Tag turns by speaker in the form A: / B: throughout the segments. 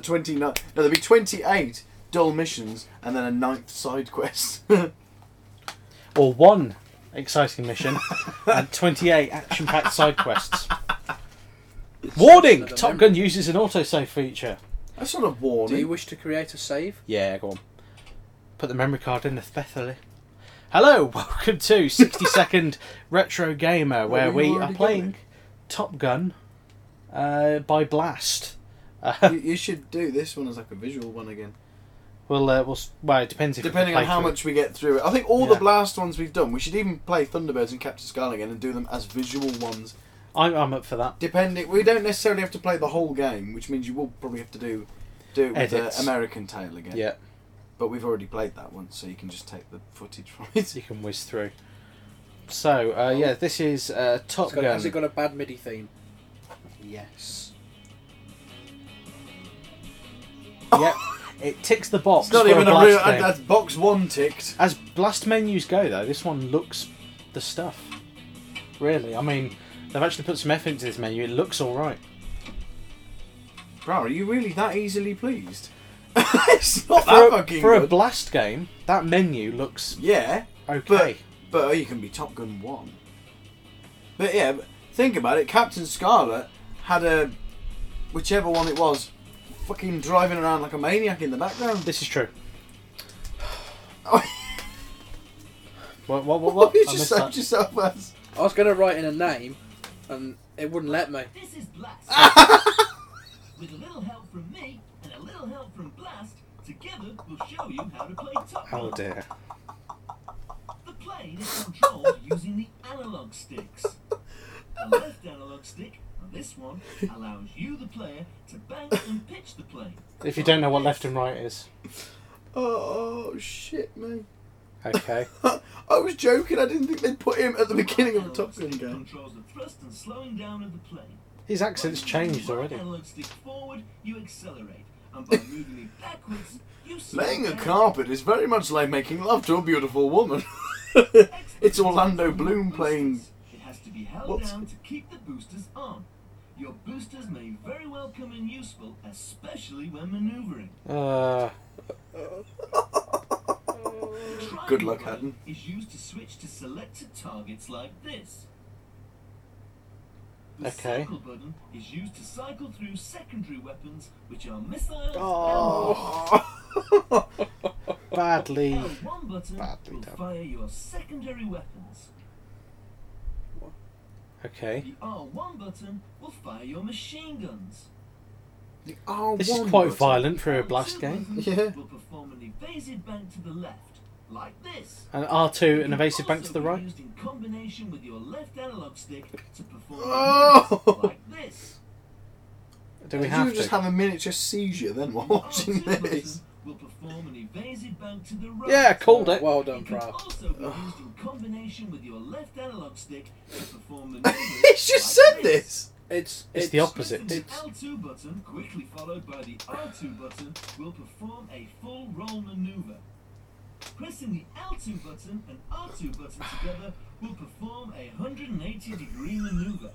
A: 29. No, there'll be 28 dull missions and then a ninth side quest.
B: or one exciting mission and 28 action packed side quests. Warning! Top Gun uses an autosave feature.
A: That's not a
C: Do
A: warning.
C: you wish to create a save?
B: Yeah, go on. Put the memory card in the Bethely. Hello, welcome to 60 Second Retro Gamer, where
A: we've
B: we
A: already
B: are
A: got
B: playing Top Gun uh, by Blast. Uh,
A: you, you should do this one as like a visual one again.
B: We'll, uh, we'll, s- well, it depends if we can
A: Depending on
B: play
A: how
B: through.
A: much we get through it. I think all
B: Yeah.
A: the blast ones we've done, we should even play Thunderbirds and Captain Scarlet again and do them as visual ones.
B: I'm, I'm up for that.
A: Depending, we don't necessarily have to play the whole game, which means you will probably have to do do it with
B: Edits.
A: the American Tail again.
B: Yeah,
A: But we've already played that one, so you can just take the footage from it.
B: you can whiz through. So, uh, yeah, this is uh, Top
C: It's got,
B: Gun.
C: has it got a bad MIDI theme?
B: Yes. yep. It ticks the box.
A: It's not
B: for
A: even a
B: blast
A: real.
B: game.
A: That's box one ticked.
B: As blast menus go, though, this one looks the stuff. Really, I mean, they've actually put some effort into this menu. It looks all right.
A: Bro, are you really that easily pleased? it's not
B: For,
A: that
B: a,
A: fucking
B: for a
A: good.
B: blast game, that menu looks
A: yeah,
B: okay.
A: but you can be Top Gun one. But yeah, but think about it. Captain Scarlet had a whichever one it was, fucking driving around like a maniac in the background.
B: This is true. What? What? What?
A: What
B: what?
A: you
B: I
A: Oh. just
B: missed
A: sound
B: that.
A: yourself as?
C: I was going to write in a name, and it wouldn't let me.
D: This is Blast. With a little help from me and a little help from Blast, together we'll show you how to play Top Gun.
B: Oh dear.
D: The plane is controlled using the analog sticks. The left analog stick, on this one, allows you, the player, to bank and pitch the plane.
B: If you don't know what left and right is,
A: Oh shit, man!
B: okay.
A: I was joking. I didn't think they'd put him at the beginning of a
D: Right
A: Top Gun
D: analog stick
A: game.
D: Controls the thrust and slowing down of the plane.
B: His accent's
D: By moving
B: changed
D: the right
B: already.
D: analog stick forward, you accelerate, and by moving it backwards, you slow
A: Laying a
D: down.
A: carpet is very much like making love to a beautiful woman. it's Orlando Bloom playing.
D: It has to be held
A: What's-
D: down to keep the boosters on. Your boosters may very well come in useful, especially when maneuvering.
B: Uh,
A: Good luck,
D: Triangle Is used to switch to selected targets like this. The
B: Okay.
D: cycle button is used to cycle through secondary weapons, which are missiles.
A: Oh.
D: and
B: badly.
D: bombs. L1 button
B: badly
D: will
B: done.
D: fire your secondary weapons.
B: Okay.
D: The R1 button will fire your machine guns.
B: This is quite violent for a
D: R2
B: blast game.
D: button
A: Yeah.
D: Will perform an evasive bank to the left, like this.
B: And R2, an
D: Can
B: evasive bank
D: also
B: to the
D: be
B: right.
D: Used in combination with your left analog stick to perform
A: Oh!
D: maneuvers like this.
B: Do we
A: Did
B: have
A: you just
B: to?
A: have a miniature seizure then while
D: Your
A: watching
D: R2 button
A: this?
D: Will perform an evasive bank to the right.
B: Yeah, called it.
C: Well
D: It
C: done,
D: can
C: Brad.
D: also be used in combination with your left analog stick to perform maneuvers.
A: He's just
D: like
A: said this.
C: It's,
B: It's the op- Opposite.
D: Pressing
C: It's-
D: The L2 button, quickly followed by the R2 button, will perform a full roll maneuver. Pressing the L2 button and R2 button together will perform a 180 degree maneuver.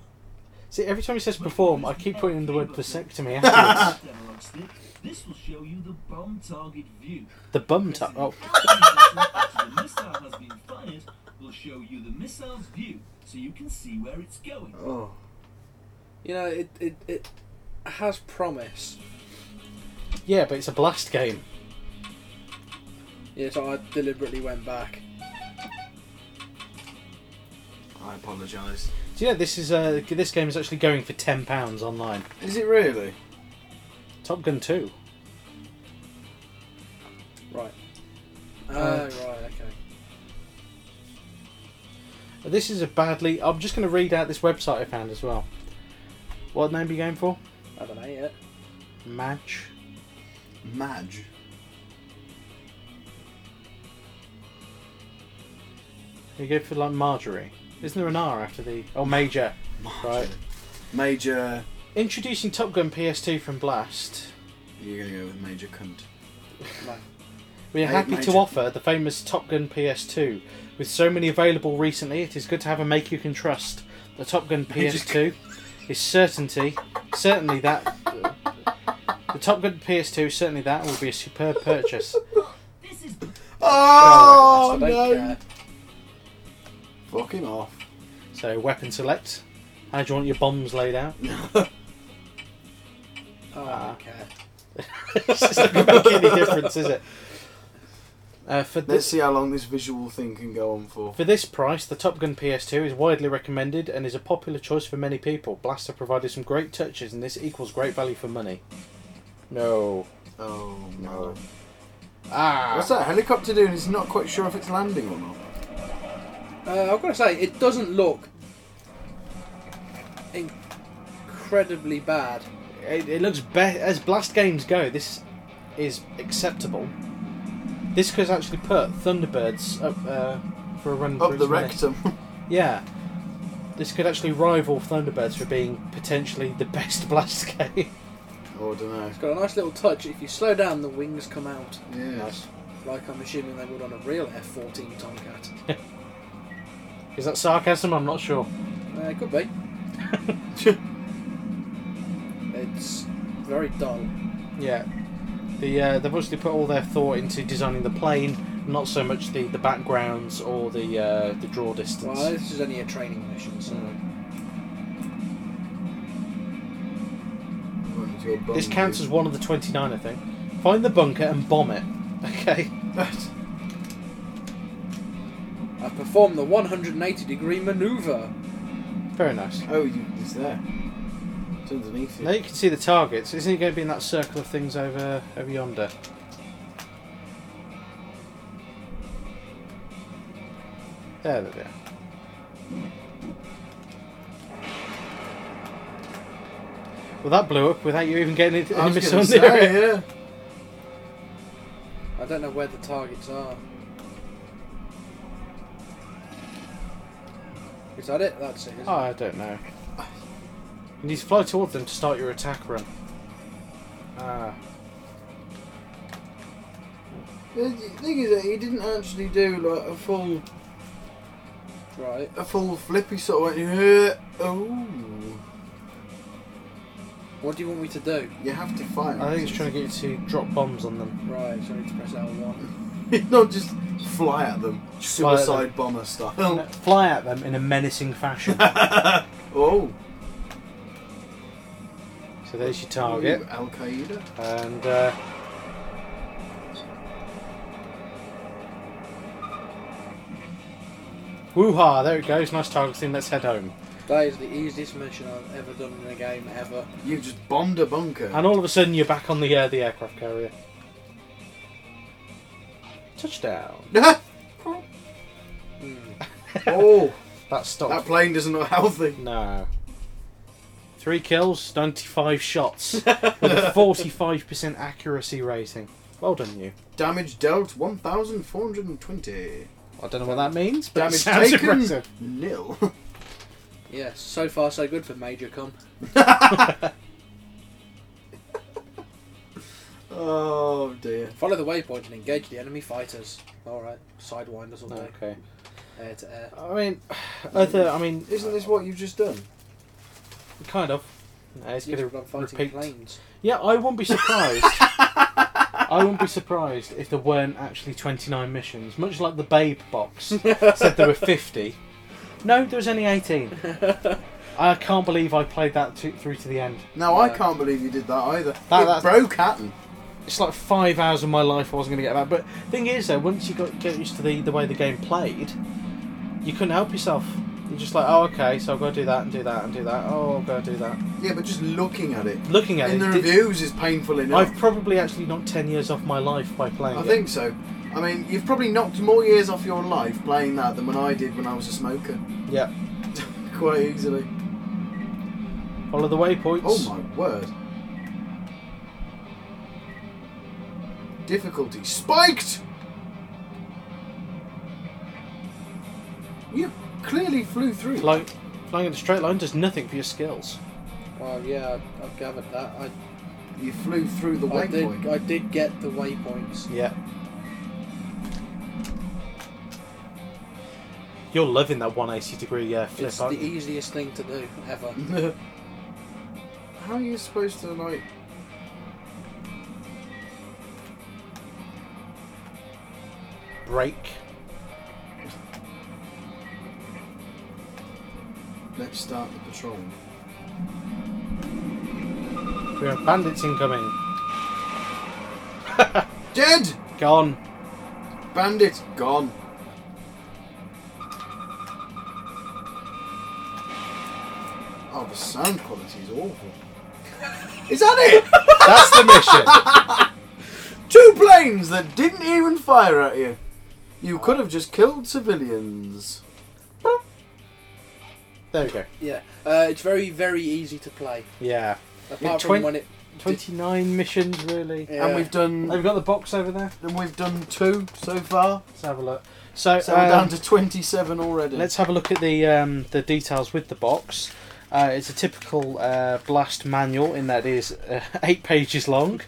B: See, every time he says perform, I keep putting in the word vasectomy afterwards.
D: Left analog stick, this will show you the bomb target view.
B: the bum
D: Pressing
B: tap.
D: the
B: Oh,
D: L2 button after the missile has been fired will show you the missile's view so you can see where it's going.
A: Oh.
C: You know, it, it, it has promise.
B: yeah, but it's a blast game.
C: Yeah, so I deliberately went back.
A: I apologise.
B: Do you know this is uh, this game is actually going for ten pounds online?
A: Is it really?
B: Top Gun Two.
C: Right. Oh,
B: Uh,
C: right, okay.
B: This is a badly. I'm just going to read out this website I found as well. What name are you going for?
C: I don't know yet.
B: Match.
A: Madge.
B: You go for like Marjorie. Isn't there an R after the? Oh, Major. Right.
A: Major.
B: Introducing Top Gun PS2 from Blast.
A: You're gonna go with Major Cunt.
C: No.
B: We are
A: Hey,
B: happy
A: Major.
B: to offer the famous Top Gun PS2. With so many available recently, it is good to have a make you can trust. The Top Gun
A: Major
B: PS2 is certainty, certainly that The Top Gun PS2, certainly that will be a superb purchase.
D: This is
A: Oh,
C: I don't
A: no!
C: care.
A: Fuck him off.
B: so, weapon select. How do you want your bombs laid out?
C: Oh, I don't care.
B: Ah. it's not going to make any difference, is it? Uh, for
A: Let's
B: this
A: see how long this visual thing can go on for.
B: for this price, the Top Gun PS2 is widely recommended and is a popular choice for many people. Blaster provided some great touches, and this equals great value for money. No.
A: Oh no.
B: Ah.
A: What's that helicopter doing? It's not quite sure if it's landing or not.
C: Uh, I've got to say, it doesn't look incredibly bad.
B: It, it looks be- as blast games go. This is acceptable. This could actually put Thunderbirds up uh, for a run.
A: Up
B: for
A: the
B: its money.
A: rectum.
B: Yeah. This could actually rival Thunderbirds for being potentially the best blast game.
A: oh, I don't know.
C: It's got a nice little touch. If you slow down, the wings come out,
A: Yeah.
C: like I'm assuming they would on a real F-14 Tomcat.
B: Is that sarcasm? I'm not sure.
C: Uh, it could be. It's very dull.
B: Yeah. The, uh, they've obviously put all their thought into designing the plane, not so much the, the backgrounds or the uh, the draw distance.
C: Well, this is only a training mission, so
B: This counts as one of the 29, I think. Find the bunker and bomb it. Okay.
C: I performed the 180 degree maneuver.
B: Very nice.
A: oh, you, it's there. It's underneath
B: Now
A: it.
B: you can see the targets. Isn't it going to be in that circle of things over over yonder? There they are. Well, that blew up without you even getting any,
A: I was
B: any missile
A: gonna
B: near
A: say,
B: it.
A: yeah.
C: I don't know where the targets are. Is that it? That's it. isn't it?
B: Oh, I don't know. You need to fly towards them to start your attack run. Ah,
A: The thing is that he didn't actually do like a full
C: Right.
A: a full flip. He sort of went, "Yeah, oh,
C: What do you want me to do?
A: you have to fight.
B: I think it's trying to get you to drop bombs on them.
C: Right, so I need to press L1.
A: not just fly at them,
B: Fly at them. Oh.
A: suicide bomber style.
B: Fly at them in a menacing fashion.
A: oh,
B: so there's your target.
A: Al Qaeda.
B: And uh, Woo-ha, there it goes, nice targeting, let's head home.
C: That is the easiest mission I've ever done in a game ever.
A: You just bombed a bunker.
B: And all of a sudden you're back on the uh, the aircraft carrier. Touchdown.
A: oh,
B: That stopped.
A: that plane doesn't look healthy.
B: no. Three kills, 95 shots, with a 45% accuracy rating. Well done, you.
A: Damage dealt 1,420.
B: I don't know what that means, but it
A: Damage
B: sounds
A: taken
B: impressive.
A: nil.
C: Yes, so far so good for Major Cum.
A: oh dear.
C: Follow the waypoint and engage the enemy fighters. Alright, sidewinders all day,
B: Okay.
C: air to air.
B: I mean, other, I mean,
A: Isn't this what you've just done?
B: kind of. Uh, it's
C: Yes,
B: going
C: but I'm
B: to
C: fighting
B: repeat.
C: planes.
B: Yeah, I wouldn't be surprised. I wouldn't be surprised if there weren't actually 29 missions. Much like the Babe box said there were 50. No, there was only 18. I can't believe I played that to, through to the end.
A: No, I
C: No.
A: can't believe you did that either.
B: That-
A: it
B: that's-
A: broke Hatton.
B: It's like five hours of my life I wasn't going to get back. But thing is, though, once you got get used to the, the way the game played, you couldn't help yourself. You're just like, oh, okay, so I've got to do that and do that and do that. Oh, I've got to do that.
A: Yeah, but just looking at it
B: Looking at
A: in the
B: it, did-
A: reviews is painful enough.
B: I've probably actually knocked 10 years off my life by playing
A: I
B: it.
A: think so. I mean, you've probably knocked more years off your life playing that than when I did when I was a smoker.
B: Yeah.
A: Quite easily.
B: Follow the waypoints.
A: Oh my word. Difficulty spiked! You clearly flew through.
B: Fly, flying in a straight line does nothing for your skills.
C: Well, yeah, I- I've gathered that. I,
A: you flew through the
C: I, did,
A: waypoint.
C: I did get the waypoints.
B: Yeah. You're loving that 180 degree uh, flip,
C: It's
B: aren't
C: the e-
B: you?
C: easiest thing to do ever.
A: How are you supposed to like
B: brake.
A: Let's start the patrol.
B: We have bandits incoming.
A: Dead!
B: Gone.
A: Bandit gone. Oh, the sound quality is awful. is that
B: That's the mission.
A: it? Two planes that didn't even fire at you. You could have just killed civilians.
B: There we go.
C: Yeah, uh, it's very very easy to play.
B: Yeah.
C: Apart
B: Yeah,
C: from
B: twen-
C: when it
B: 29 missions, really.
C: yeah.
A: And we've done
B: They've got the box over there.
A: and we've done two so far.
B: Let's have a look. So,
A: So we're down
B: um,
A: to twenty-seven already.
B: let's have a look at the um, the details with the box. Uh, it's a typical uh, blast manual in that it is uh, eight pages long.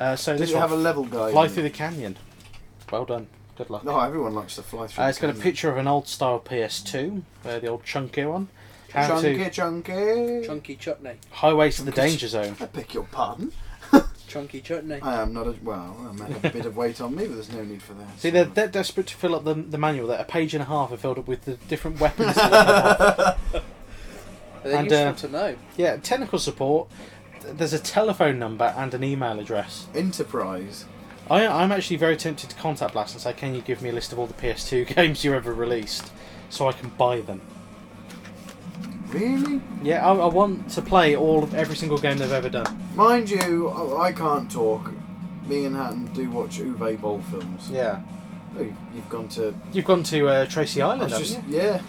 B: Uh, so
A: Did
B: this
A: you
B: one,
A: have a level guide?
B: fly through the canyon. Well done. Good luck.
A: No, everyone likes to fly through.
B: Uh, it's got a
A: canyon.
B: picture of an old style PS2, uh, the old chunky one. How
A: Chunky,
B: to
A: chunky.
C: chunky chutney,
B: highways to the
A: Chunky.
B: danger zone.
A: I beg your pardon.
C: chunky chutney.
B: Uh,
A: I am not a well. I might have a bit of weight on me, but there's no need for that.
B: See, they're that desperate to fill up the, the manual that a page and a half are filled up with the different weapons. that they have.
C: They're
B: and,
C: useful
B: uh,
C: to know.
B: yeah, technical support. th- There's a telephone number and an email address.
A: Enterprise.
B: I, I'm actually very tempted to contact Blast and say, "Can you give me a list of all the PS2 games you ever released, so I can buy them?"
A: Really?
B: Yeah, I, I want to play all of every single game they've ever done.
A: Mind you, I I can't talk. Me and Hatton do watch Uwe Boll films.
B: Yeah,
A: Oh, you- You've gone to.
B: you've gone to uh, Tracy
A: I was
B: Island, haven't
A: just,
B: you?
A: yeah.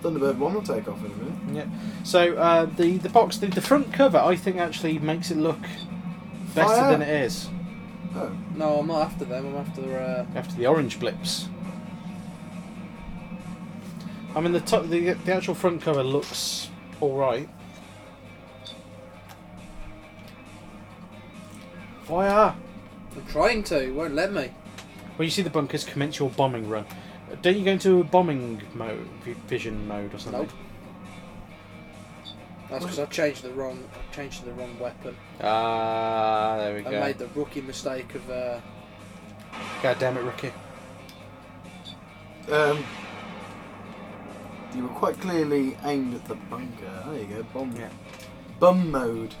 A: Thunderbird 1 will take off in a minute.
B: Yeah. So uh, the the box, the, the front cover, I think actually makes it look better
A: Fire.
B: than it is
A: Oh.
C: No, I'm not after them. I'm after uh,
B: after the orange blips. I mean, the top, the the actual front cover looks all right. Fire!
C: I'm trying to. it Won't let me.
B: When you see the bunkers, commence your bombing run. Uh, Don't you go into a bombing mode, vi- vision mode or something?
C: Nope. That's because I changed the wrong. I changed the wrong weapon.
B: Ah, there we
C: I
B: go.
C: made the rookie mistake of uh,
B: God damn it, Ricky.
A: Um, you were quite clearly aimed at the bunker. There you go, bomb.
B: Yeah.
A: Bum mode.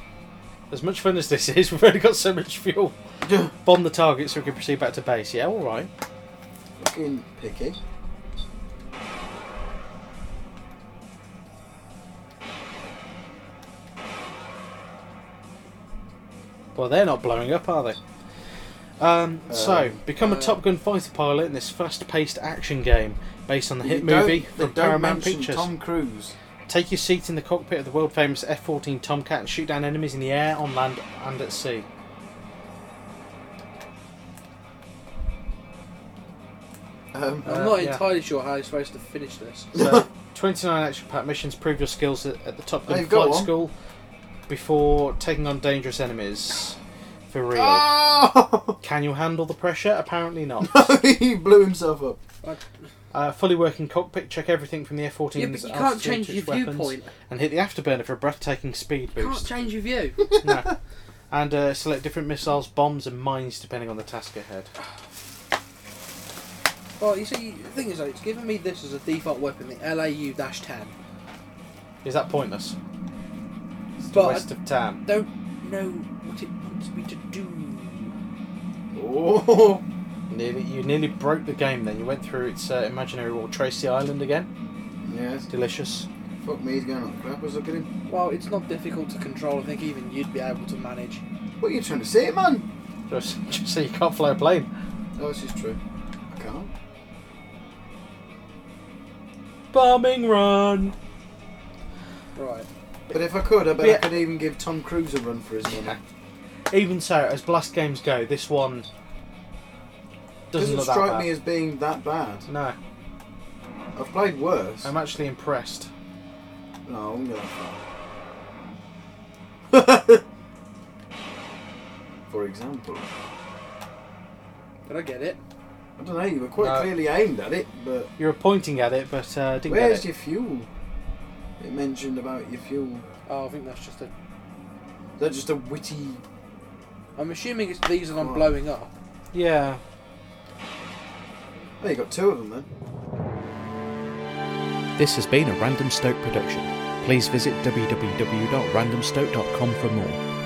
B: As much fun as this is, we've already got so much fuel.
A: Yeah.
B: Bomb the target so we can proceed back to base. Yeah, all right.
A: Fucking picky.
B: Well, they're not blowing up, are they? Um, so,
A: Um,
B: become
C: uh,
B: a Top Gun fighter pilot in this fast-paced action game based on the hit
A: You don't-
B: movie
A: they
B: from
A: don't
B: Paramount
A: mention
B: Pictures.
A: Tom Cruise.
B: Take your seat in the cockpit of the world-famous F-14 Tomcat and shoot down enemies in the air, on land, and at sea.
A: Um,
C: I'm
B: Uh,
C: not
B: yeah.
C: entirely sure how you're supposed to finish this.
B: So, 29 action pack missions prove your skills at, at the Top
A: Oh,
B: Gun
A: you've got
B: flight
A: one.
B: school before taking on dangerous enemies. For real.
A: oh!
B: Can you handle the pressure? Apparently not.
A: he blew himself up.
C: I,
B: Uh, fully working cockpit, check everything from the F-14's
C: yeah, but you can't
B: altitude
C: change
B: to
C: your
B: its weapons,
C: viewpoint.
B: and hit the afterburner for a breathtaking speed
C: Can't
B: boost.
C: change your view.
B: No. And uh, select different missiles, bombs, and mines depending on the task ahead.
C: well, you see, the thing is, though, it's given me this as a default weapon, the LAU-10.
B: Is that pointless? It's a
C: But-
B: waste of time.
C: Don't know what it wants me to do.
A: Oh!
B: Nearly, you nearly broke the game. Then you went through its uh, imaginary wall, Tracy Island again.
A: Yes.
B: Delicious.
A: Fuck me, he's going up backwards. Look at him.
C: Well, it's not difficult to control. I think even you'd be able to manage.
A: What are you trying to say, man?
B: Just, just so you can't fly a plane.
A: Oh, this is true. I can't.
B: Bombing run.
C: Right.
A: But if I could, I bet
B: Yeah.
A: I could even give Tom Cruise a run for his money.
B: Even so, as blast games go, this one doesn't,
A: Doesn't,
B: look
A: strike
B: that bad.
A: me as being that bad.
B: no,
A: I've played worse.
B: I'm actually impressed.
A: No, I won't go that far. for example,
C: Did I get it?
A: I don't know. You were quite
B: No.
A: clearly aimed at it, but
B: You're pointing at it, but uh, didn't
A: where's
B: get it.
A: your fuel? It mentioned about your fuel.
C: Oh, I think that's just a.
A: Is that just a witty
C: I'm assuming it's these that I'm
A: Oh.
C: blowing up.
B: Yeah,
A: Well, oh, you got two of them then.
B: This has been a Random Stoke production. Please visit www.randomstoke.com for more.